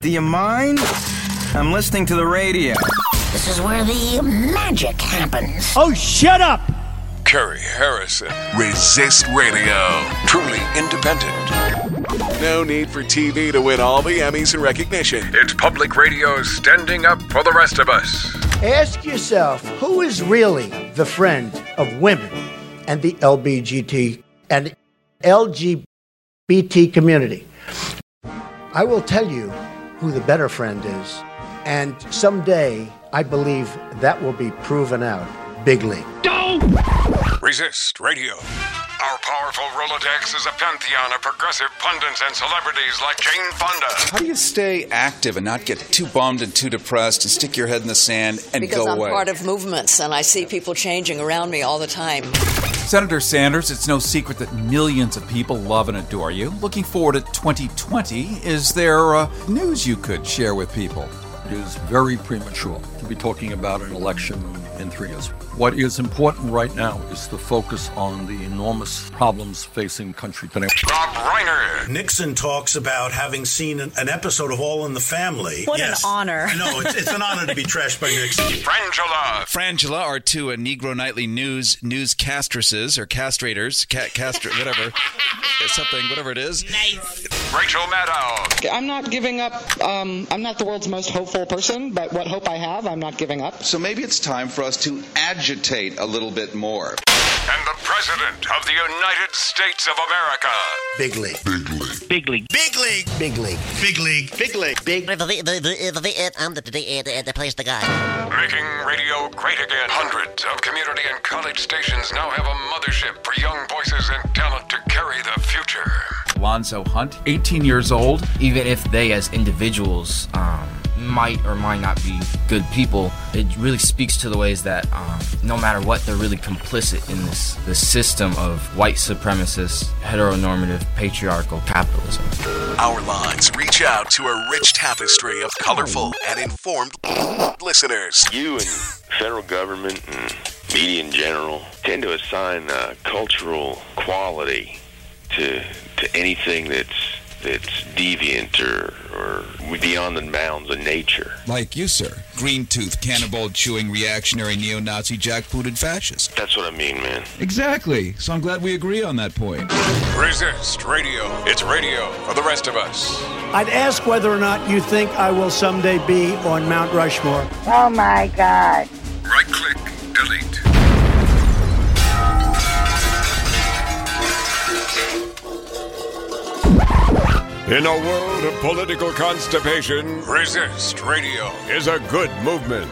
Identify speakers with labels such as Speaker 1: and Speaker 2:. Speaker 1: Do you mind? I'm listening to the radio.
Speaker 2: This is where the magic happens.
Speaker 3: Oh, shut up!
Speaker 4: Curry Harrison. Resist Radio. Truly independent. No need for TV to win all the Emmys and recognition.
Speaker 5: It's public radio standing up for the rest of us.
Speaker 3: Ask yourself who is really the friend of women and the LBGT and LGBT community? I will tell you who the better friend is, and someday I believe that will be proven out bigly.
Speaker 4: Resist Radio.
Speaker 5: Our powerful Rolodex is a pantheon of progressive pundits and celebrities like Jane Fonda.
Speaker 6: How do you stay active and not get too bummed and too depressed and stick your head in the sand and
Speaker 7: because
Speaker 6: go
Speaker 7: I'm
Speaker 6: away?
Speaker 7: part of movements and I see people changing around me all the time.
Speaker 8: Senator Sanders, it's no secret that millions of people love and adore you. Looking forward to 2020, is there uh, news you could share with people?
Speaker 9: It is very premature to be talking about an election in three years. What is important right now is to focus on the enormous problems facing country today.
Speaker 5: Rob Reiner.
Speaker 10: Nixon talks about having seen an, an episode of All in the Family.
Speaker 11: What an honor.
Speaker 10: no, it's, it's an honor to be trashed by Nixon.
Speaker 5: Frangela.
Speaker 6: Frangela are two uh, Negro Nightly News newscastresses or castrators, ca- castor, whatever, uh, something, whatever it is.
Speaker 5: Rachel Maddow.
Speaker 12: I'm not giving up. Um, I'm not the world's most hopeful person, but what hope I have, I'm not giving up.
Speaker 6: So maybe it's time for us to agitate a little bit more.
Speaker 5: And the President of the United States of America.
Speaker 3: Big league.
Speaker 2: Big league.
Speaker 3: Big league. Big league. Big league.
Speaker 6: Big league.
Speaker 2: Big. The, the, the, the, the, I'm the, the, the, the place to go.
Speaker 5: Making radio great again. Hundreds of community and college stations now have a mothership for young voices and talent to carry the future.
Speaker 8: Lonzo Hunt, 18 years old.
Speaker 13: even if they as individuals um, might or might not be good people, it really speaks to the ways that um, no matter what, they're really complicit in this, this system of white supremacist, heteronormative, patriarchal capitalism.
Speaker 4: Our lines reach out to a rich tapestry of colorful and informed listeners.
Speaker 14: you and federal government and media in general tend to assign uh, cultural quality to to anything that's that's deviant or, or beyond the bounds of nature.
Speaker 6: Like you, sir. Green tooth, cannibal, chewing, reactionary, neo Nazi, jackbooted fascist.
Speaker 14: That's what I mean, man.
Speaker 6: Exactly. So I'm glad we agree on that point.
Speaker 4: Resist Radio. It's radio for the rest of us.
Speaker 3: I'd ask whether or not you think I will someday be on Mount Rushmore.
Speaker 15: Oh my God.
Speaker 5: Right click, delete.
Speaker 4: In a world of political constipation, Resist Radio is a good movement.